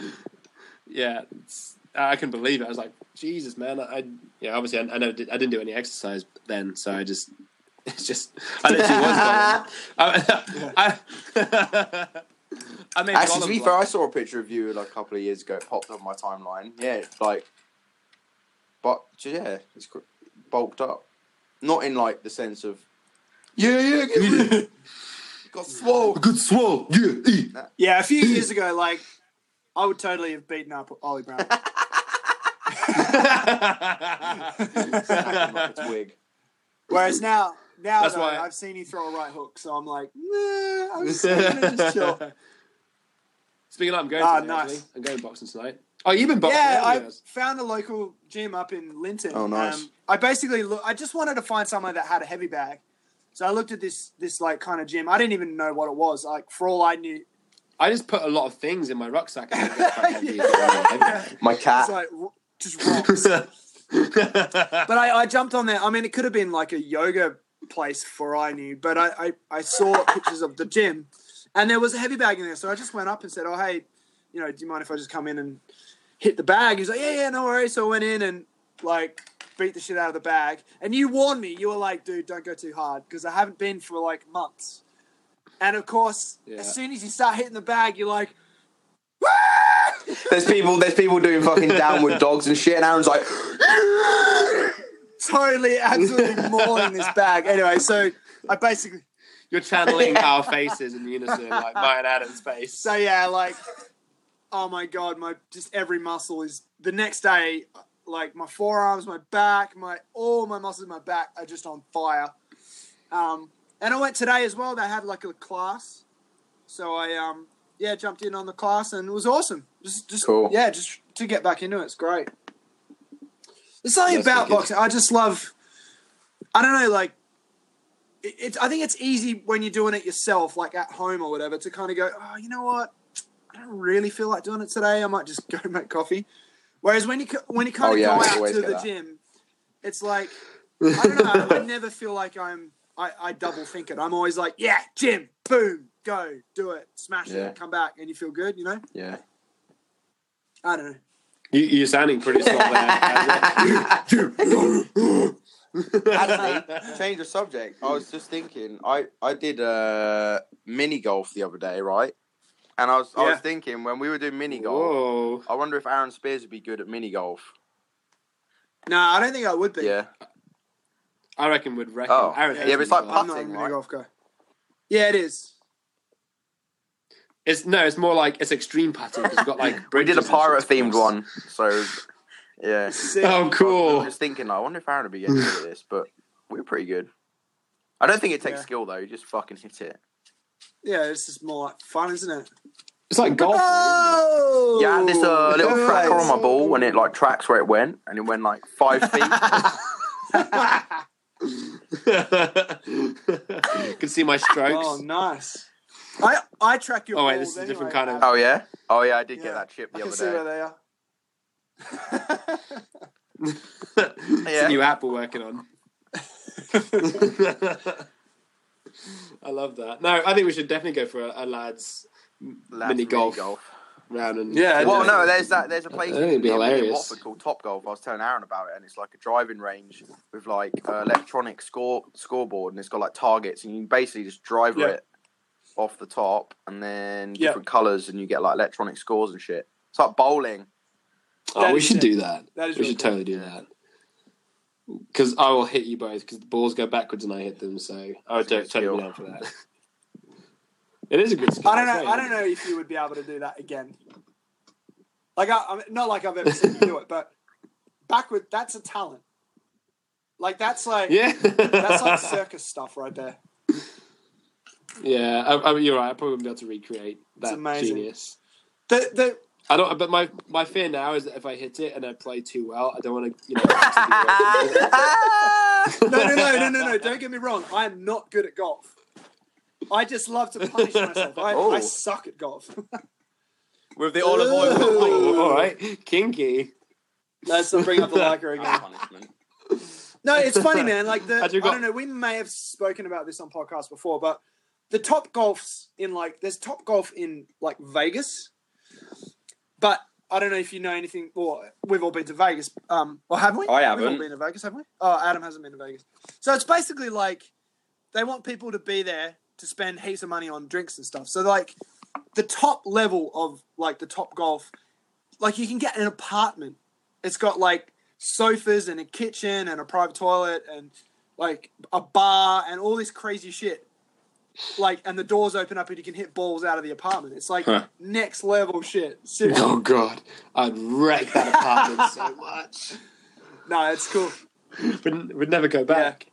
[SPEAKER 3] yeah, it's, I can believe it. I was like, Jesus, man. I, I yeah, obviously I, I never did, I didn't do any exercise then, so I just it's just I literally was. going. I, I, I made
[SPEAKER 2] Actually,
[SPEAKER 3] Gollum
[SPEAKER 2] to be
[SPEAKER 3] laugh.
[SPEAKER 2] fair, I saw a picture of you like a couple of years ago. It popped up my timeline. Yeah, it's like, but yeah, it's gr- bulked up. Not in like the sense of yeah, yeah, get rid- got swole.
[SPEAKER 3] good swole. Yeah, eh.
[SPEAKER 1] Yeah, a few years ago, like I would totally have beaten up Ollie Brown.
[SPEAKER 2] Acting like a twig.
[SPEAKER 1] Whereas now, now
[SPEAKER 3] That's
[SPEAKER 1] though,
[SPEAKER 3] why-
[SPEAKER 1] I've seen you throw a right hook, so I'm like, nah, I'm just gonna just chill.
[SPEAKER 3] Speaking of, I'm going.
[SPEAKER 1] Ah,
[SPEAKER 3] today, actually.
[SPEAKER 1] nice.
[SPEAKER 3] I'm going boxing tonight. Oh, you've been boxing.
[SPEAKER 1] Yeah,
[SPEAKER 3] haven't
[SPEAKER 1] I
[SPEAKER 3] you?
[SPEAKER 1] found a local gym up in Linton. Um,
[SPEAKER 2] Oh, nice.
[SPEAKER 1] I basically look. I just wanted to find somewhere that had a heavy bag, so I looked at this this like kind of gym. I didn't even know what it was. Like for all I knew,
[SPEAKER 3] I just put a lot of things in my rucksack. And I got quite heavy.
[SPEAKER 1] it's
[SPEAKER 2] My cat.
[SPEAKER 1] like ro- just rocks. but I, I jumped on there. I mean, it could have been like a yoga place for all I knew, but I, I, I saw pictures of the gym and there was a heavy bag in there. So I just went up and said, Oh, hey, you know, do you mind if I just come in and hit the bag? He's like, Yeah, yeah, no worries. So I went in and like beat the shit out of the bag. And you warned me, you were like, Dude, don't go too hard because I haven't been for like months. And of course,
[SPEAKER 3] Yeah.
[SPEAKER 1] as soon as you start hitting the bag, you're like,
[SPEAKER 2] There's people. There's people doing fucking downward dogs and shit. And Aaron's like,
[SPEAKER 1] totally, absolutely mauling this bag. Anyway, so I basically.
[SPEAKER 3] You're channeling our faces in unison, like mine Adam's face.
[SPEAKER 1] So yeah, like, oh my god, my just every muscle is the next day, like my forearms, my back, my all my muscles in my back are just on fire. Um, and I went today as well. They had like a class, so I um yeah jumped in on the class and it was awesome. Just just
[SPEAKER 2] Cool.
[SPEAKER 1] yeah, just to get back into it, it's great. There's something
[SPEAKER 3] That's
[SPEAKER 1] about
[SPEAKER 3] wicked.
[SPEAKER 1] boxing. I just love. I don't know, like it- it's I think it's easy when you're doing it yourself, like at home or whatever, to kind of go, oh, you know what, I don't really feel like doing it today. I might just go make coffee. Whereas when you co- when you kind
[SPEAKER 2] Oh,
[SPEAKER 1] of
[SPEAKER 2] yeah, I
[SPEAKER 1] go out
[SPEAKER 2] always
[SPEAKER 1] to
[SPEAKER 2] get
[SPEAKER 1] the
[SPEAKER 2] that.
[SPEAKER 1] gym, it's like I don't know. I never feel like I'm. I, I double think it. I'm always like, yeah, gym, boom, go, do it, smash
[SPEAKER 2] Yeah.
[SPEAKER 1] it, come back, and you feel good. You know,
[SPEAKER 2] yeah.
[SPEAKER 1] I don't know.
[SPEAKER 3] You, you're sounding pretty slow there.
[SPEAKER 2] Actually, change the subject. I was just thinking. I I did uh, mini golf the other day, right? And I was I
[SPEAKER 1] Yeah.
[SPEAKER 2] was thinking when we were doing mini golf.
[SPEAKER 3] Whoa.
[SPEAKER 2] I wonder if Aaron Spears would be good at mini golf.
[SPEAKER 1] No, I don't think I would be.
[SPEAKER 2] Yeah.
[SPEAKER 3] I reckon would reckon.
[SPEAKER 2] Oh.
[SPEAKER 3] Aaron
[SPEAKER 1] Yeah,
[SPEAKER 3] hates
[SPEAKER 1] but
[SPEAKER 2] it's like
[SPEAKER 3] mini golf.
[SPEAKER 1] I'm not
[SPEAKER 2] Putting,
[SPEAKER 1] a
[SPEAKER 2] right?
[SPEAKER 1] mini golf guy. Yeah, it is.
[SPEAKER 3] It's no, it's more like it's extreme putting. 'cause It's got like
[SPEAKER 2] We did
[SPEAKER 3] bridges
[SPEAKER 2] a
[SPEAKER 3] and
[SPEAKER 2] pirate
[SPEAKER 3] shit to
[SPEAKER 2] themed
[SPEAKER 3] cross.
[SPEAKER 2] one. So, yeah.
[SPEAKER 1] Sick.
[SPEAKER 3] Oh,
[SPEAKER 2] I
[SPEAKER 3] cool.
[SPEAKER 2] was thinking, I wonder if Aaron would be getting good at this, but we're pretty good. I don't think it takes
[SPEAKER 1] Yeah.
[SPEAKER 2] skill, though. You just fucking hit it.
[SPEAKER 1] Yeah, it's just more like fun, isn't it?
[SPEAKER 3] It's like golf.
[SPEAKER 1] Oh,
[SPEAKER 2] Yeah, I had this uh, little
[SPEAKER 1] nice.
[SPEAKER 2] tracker on my ball and it like tracks where it went and it went like five feet.
[SPEAKER 3] Can see my strokes.
[SPEAKER 1] Oh, nice. I I track your.
[SPEAKER 3] Oh, wait,
[SPEAKER 1] balls
[SPEAKER 3] this is a
[SPEAKER 1] anyway,
[SPEAKER 3] different kind of-
[SPEAKER 1] Adam.
[SPEAKER 2] oh, yeah? Oh, yeah, I did
[SPEAKER 1] Yeah.
[SPEAKER 2] get that chip
[SPEAKER 1] I
[SPEAKER 2] the
[SPEAKER 1] can
[SPEAKER 2] other
[SPEAKER 1] see where
[SPEAKER 2] day.
[SPEAKER 1] they are.
[SPEAKER 3] it's
[SPEAKER 2] Yeah.
[SPEAKER 3] a new app we're working on. I love that. No, I think we should definitely go for a, a lads
[SPEAKER 2] Last
[SPEAKER 3] mini golf. round and
[SPEAKER 4] Yeah,
[SPEAKER 2] Well, no, there's that. There's a place
[SPEAKER 3] I think it'd be
[SPEAKER 2] in
[SPEAKER 3] hilarious.
[SPEAKER 2] Watford called Top Golf. I was telling Aaron about it, and it's like a driving range with like uh, electronic score scoreboard, and it's got like targets, and you can basically just drive
[SPEAKER 1] Yeah.
[SPEAKER 2] it off the top, and then
[SPEAKER 1] Yeah.
[SPEAKER 2] different colours, and you get like electronic scores and shit. It's like bowling.
[SPEAKER 3] Oh,
[SPEAKER 1] That
[SPEAKER 3] we
[SPEAKER 1] is
[SPEAKER 3] should
[SPEAKER 1] it.
[SPEAKER 3] do that.
[SPEAKER 1] That is
[SPEAKER 3] We
[SPEAKER 1] really
[SPEAKER 3] should totally do that. Because I will hit you both because the balls go backwards and I hit them. So I would
[SPEAKER 2] It's a
[SPEAKER 3] totally
[SPEAKER 2] good skill.
[SPEAKER 3] be down for that. it is a good skill.
[SPEAKER 1] I don't
[SPEAKER 3] that's
[SPEAKER 1] know.
[SPEAKER 3] right.
[SPEAKER 1] I don't know if you would be able to do that again. Like, I, I'm not like I've ever seen you do it, but backward. That's a talent. Like that's like
[SPEAKER 3] Yeah,
[SPEAKER 1] that's like circus stuff right there.
[SPEAKER 3] yeah. I, I mean, you're right. I probably wouldn't be able to recreate that
[SPEAKER 1] amazing.
[SPEAKER 3] genius.
[SPEAKER 1] The the
[SPEAKER 3] I don't. But my my fear now is that if I hit it and I play too well, I don't want to. You know,
[SPEAKER 1] no, no, no, no, no, no. Don't get me wrong. I am not good at golf. I just love to punish myself. I,
[SPEAKER 2] Oh.
[SPEAKER 1] I suck at golf.
[SPEAKER 2] With the
[SPEAKER 1] olive oil
[SPEAKER 3] Oh, all right, kinky.
[SPEAKER 1] Let's not bring up the Leica again.
[SPEAKER 4] punishment.
[SPEAKER 1] No, it's funny, man. Like the, I
[SPEAKER 3] How'd you go-
[SPEAKER 1] don't know. We may have spoken about this on podcast before, but the top golfs in like there's top golf in like Vegas, but I don't know if you know anything. Or we've all been to Vegas. Um, or have we?
[SPEAKER 4] I
[SPEAKER 1] We've all
[SPEAKER 4] haven't.
[SPEAKER 1] been to Vegas, have we? Oh, Adam hasn't been to Vegas. So it's basically like they want people to be there to spend heaps of money on drinks and stuff. So like the top level of like the top golf, like you can get an apartment. It's got like sofas and a kitchen and a private toilet and like a bar and all this crazy shit. Like and the doors open up and you can hit balls out of the apartment. It's like
[SPEAKER 3] Huh.
[SPEAKER 1] next level shit. Seriously.
[SPEAKER 3] Oh God, I'd wreck that apartment so much.
[SPEAKER 1] No, it's cool.
[SPEAKER 3] Would would never go back.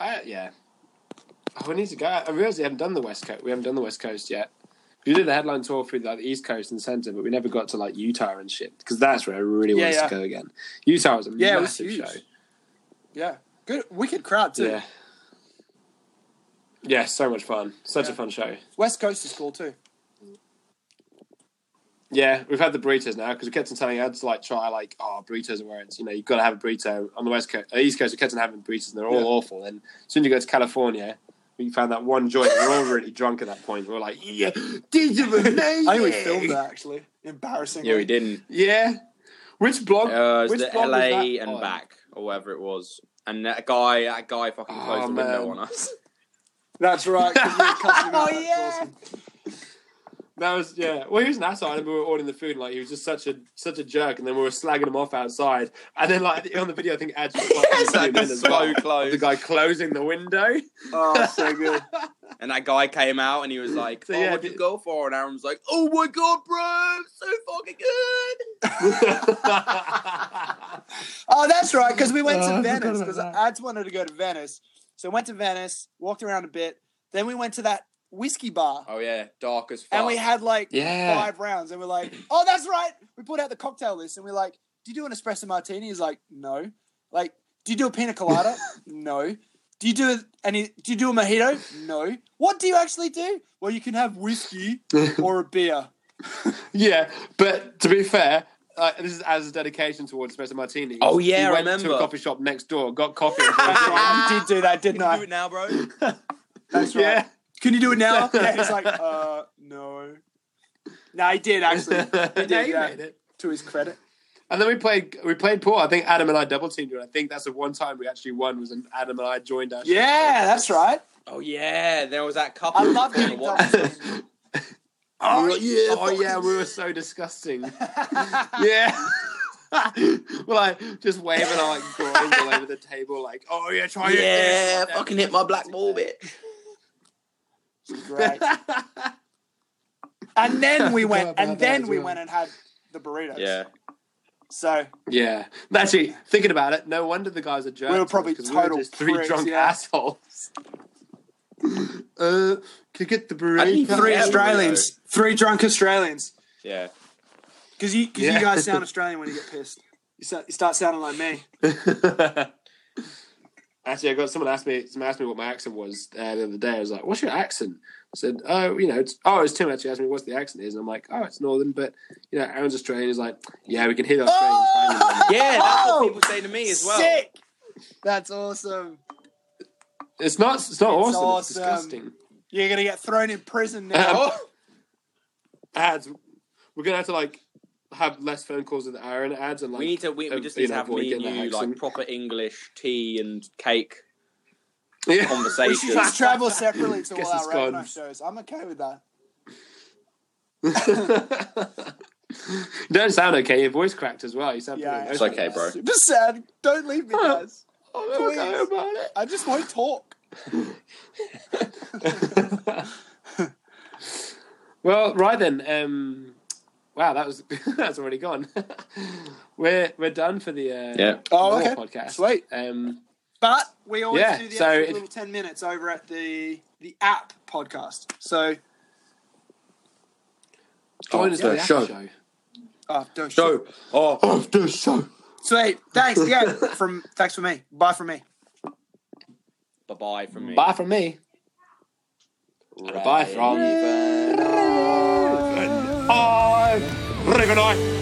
[SPEAKER 3] I yeah. Oh, we need to go. I realize we haven't done the West Coast. We haven't done the West Coast yet. We did the headline tour through like the East Coast and Centre, but we never got to like Utah and shit because that's where I really
[SPEAKER 1] Yeah,
[SPEAKER 3] wanted
[SPEAKER 1] yeah.
[SPEAKER 3] to go again. Utah was a
[SPEAKER 1] Yeah, it was
[SPEAKER 3] massive
[SPEAKER 1] huge.
[SPEAKER 3] show.
[SPEAKER 1] Yeah. Good wicked crowd too.
[SPEAKER 3] Yeah. Yeah, so much fun. Such
[SPEAKER 1] Yeah.
[SPEAKER 3] a fun show.
[SPEAKER 1] West Coast is cool too.
[SPEAKER 3] Yeah, we've had the burritos now because we kept on telling Ed to like try like oh burritos are where it's you know you've got to have a burrito on the west coast, uh, east coast. We kept on having burritos and they're all
[SPEAKER 1] Yeah.
[SPEAKER 3] awful. And as soon as you go to California, we found that one joint. we were all really drunk at that point. We were like, yeah, these are amazing.
[SPEAKER 1] I think we filmed that actually. Embarrassing.
[SPEAKER 4] Yeah, we didn't.
[SPEAKER 3] Yeah, which blog?
[SPEAKER 4] Uh, it was
[SPEAKER 3] Oh, which
[SPEAKER 4] the
[SPEAKER 3] blog was
[SPEAKER 4] LA
[SPEAKER 3] that
[SPEAKER 4] and
[SPEAKER 3] on?
[SPEAKER 4] back, or whatever it was. And that guy, that guy fucking
[SPEAKER 3] Oh,
[SPEAKER 4] closed the
[SPEAKER 3] man.
[SPEAKER 4] window on us.
[SPEAKER 1] That's right. 'cause you were cussing him out.
[SPEAKER 3] Oh,
[SPEAKER 1] That's
[SPEAKER 3] yeah.
[SPEAKER 1] awesome.
[SPEAKER 3] That was yeah. Well, he was an asshole. I remember we were ordering the food, and like he was just such a such a jerk. And then we were slagging him off outside. And then like on the video, I think Ed just like,
[SPEAKER 4] Yes, that
[SPEAKER 3] zoomed
[SPEAKER 4] was
[SPEAKER 3] in as
[SPEAKER 4] so
[SPEAKER 3] well.
[SPEAKER 4] close.
[SPEAKER 3] The guy closing the window.
[SPEAKER 1] Oh, so good.
[SPEAKER 4] And that guy came out and he was like,
[SPEAKER 3] So,
[SPEAKER 4] "Oh,
[SPEAKER 3] yeah,
[SPEAKER 4] what'd
[SPEAKER 3] it-
[SPEAKER 4] you go for?" And Aaron was like, "Oh my god, bro, so fucking good."
[SPEAKER 1] Oh, that's right. Because we went
[SPEAKER 3] Oh, I
[SPEAKER 1] to
[SPEAKER 3] forgot
[SPEAKER 1] Venice.
[SPEAKER 3] about
[SPEAKER 1] Because
[SPEAKER 3] that.
[SPEAKER 1] ads wanted to go to Venice, so went to Venice, walked around a bit. Then we went to that whiskey bar,
[SPEAKER 4] Oh yeah, dark as fuck.
[SPEAKER 1] and we had like
[SPEAKER 3] Yeah.
[SPEAKER 1] five rounds. And we're like, "Oh, that's right." We put out the cocktail list, and we're like, "Do you do an espresso martini?" He's like, "No." Like, "Do you do a pina colada?" no. Do you do any? Do you do a mojito? No. What do you actually do? Well, you can have whiskey or a beer.
[SPEAKER 3] yeah, but to be fair, uh, this is as a dedication towards Espresso Martini.
[SPEAKER 4] Oh, yeah,
[SPEAKER 3] he
[SPEAKER 4] I
[SPEAKER 3] went to
[SPEAKER 4] remember.
[SPEAKER 3] a coffee shop next door, got coffee. And
[SPEAKER 1] That's
[SPEAKER 3] drank
[SPEAKER 1] right. You did do that, didn't
[SPEAKER 4] Can you do
[SPEAKER 1] I?
[SPEAKER 4] it now, bro.
[SPEAKER 1] That's right.
[SPEAKER 3] it. yeah,
[SPEAKER 1] Can you do it now? yeah, he's like, uh, no. No, he did actually. He did,
[SPEAKER 3] Yeah, he
[SPEAKER 1] yeah,
[SPEAKER 3] made it.
[SPEAKER 1] to his credit.
[SPEAKER 3] And then we played we played pool. I think Adam and I double teamed it. I think that's the one time we actually won was when Adam and I joined our
[SPEAKER 1] Yeah, that's right.
[SPEAKER 4] Oh yeah, there was that couple.
[SPEAKER 1] I love
[SPEAKER 4] on the
[SPEAKER 1] getting double
[SPEAKER 4] watch-
[SPEAKER 1] teamed.
[SPEAKER 3] Oh,
[SPEAKER 4] We were-
[SPEAKER 3] yeah, oh yeah, we were so disgusting. yeah. well, I just waving our like groins all over the table, like, oh yeah, try it.
[SPEAKER 4] Yeah, fucking hit my black ball, bitch.
[SPEAKER 1] Great. And then we went,
[SPEAKER 3] about
[SPEAKER 1] and
[SPEAKER 3] that
[SPEAKER 1] then
[SPEAKER 3] as
[SPEAKER 1] we
[SPEAKER 3] well.
[SPEAKER 1] went and had the burritos.
[SPEAKER 4] Yeah,
[SPEAKER 1] So
[SPEAKER 3] Yeah, that's it. Thinking about it, no wonder the guys are jerks.
[SPEAKER 1] We were probably
[SPEAKER 3] 'cause
[SPEAKER 1] total
[SPEAKER 3] just three
[SPEAKER 1] pricks,
[SPEAKER 3] drunk
[SPEAKER 1] yeah.
[SPEAKER 3] assholes. uh, could get the burrito.
[SPEAKER 4] I didn't even
[SPEAKER 1] three
[SPEAKER 4] Yeah,
[SPEAKER 1] Australians, three drunk Australians,
[SPEAKER 4] yeah.
[SPEAKER 1] because you, 'cause
[SPEAKER 3] Yeah.
[SPEAKER 1] you guys sound Australian when you get pissed. You start, you start sounding like me.
[SPEAKER 3] Actually, I got someone asked me. Someone asked me what my accent was uh, the other day. I was like, "What's your accent?" I said, "Oh, you know, it's, oh, it's Tim." Actually, asked me what's the accent is, and I'm like, "Oh, it's Northern." But you know, Aaron's Australian. He's like, "Yeah, we can hear the Australian."
[SPEAKER 1] Oh!
[SPEAKER 4] Yeah, that's
[SPEAKER 1] Oh,
[SPEAKER 4] what people say to me as well.
[SPEAKER 1] Sick. That's awesome.
[SPEAKER 3] It's not. It's
[SPEAKER 1] It's
[SPEAKER 3] not awesome. It's
[SPEAKER 1] awesome.
[SPEAKER 3] disgusting. Oh,
[SPEAKER 1] You're gonna get thrown in prison now.
[SPEAKER 3] Um,
[SPEAKER 4] Oh,
[SPEAKER 3] ads. We're gonna have to like have less phone calls with Aaron ads and like
[SPEAKER 4] we need to. We, we
[SPEAKER 3] um,
[SPEAKER 4] just
[SPEAKER 3] you
[SPEAKER 4] need to
[SPEAKER 3] know,
[SPEAKER 4] have
[SPEAKER 3] avoid
[SPEAKER 4] me and
[SPEAKER 3] getting
[SPEAKER 4] you
[SPEAKER 3] that
[SPEAKER 4] like
[SPEAKER 3] accent.
[SPEAKER 4] proper English tea and cake
[SPEAKER 1] We
[SPEAKER 3] yeah.
[SPEAKER 1] should
[SPEAKER 4] conversations.
[SPEAKER 1] just travel separately to
[SPEAKER 3] Guess
[SPEAKER 1] all our
[SPEAKER 3] it's
[SPEAKER 1] rap
[SPEAKER 3] gone.
[SPEAKER 1] knife shows. I'm okay with that.
[SPEAKER 3] you don't sound okay. Your voice cracked as well. You sound
[SPEAKER 1] Yeah,
[SPEAKER 3] pretty.
[SPEAKER 2] It's okay, bro.
[SPEAKER 1] Super sad. Don't leave me, guys.
[SPEAKER 3] Oh, about
[SPEAKER 1] I just won't talk.
[SPEAKER 3] it. well, right then. Um, wow, that was that's already gone. we're we're done for the uh,
[SPEAKER 2] Yeah.
[SPEAKER 1] Oh,
[SPEAKER 3] Raw
[SPEAKER 1] okay.
[SPEAKER 3] podcast.
[SPEAKER 1] Sweet.
[SPEAKER 3] Um,
[SPEAKER 1] But we always
[SPEAKER 3] Yeah,
[SPEAKER 1] do the
[SPEAKER 3] so
[SPEAKER 1] extra
[SPEAKER 3] if-
[SPEAKER 1] little ten minutes over at the the app podcast. So
[SPEAKER 3] join
[SPEAKER 2] Oh,
[SPEAKER 3] us for the
[SPEAKER 2] yeah,
[SPEAKER 3] after
[SPEAKER 2] show.
[SPEAKER 3] show.
[SPEAKER 1] oh, don't shoot. Oh,
[SPEAKER 2] Show
[SPEAKER 3] Oh.
[SPEAKER 2] off.
[SPEAKER 3] After show.
[SPEAKER 1] Sweet. Thanks. Yeah. From thanks for me. Bye from me.
[SPEAKER 4] Bye bye from me.
[SPEAKER 3] Bye from me. Bye from.
[SPEAKER 4] Raven.
[SPEAKER 3] I. River night.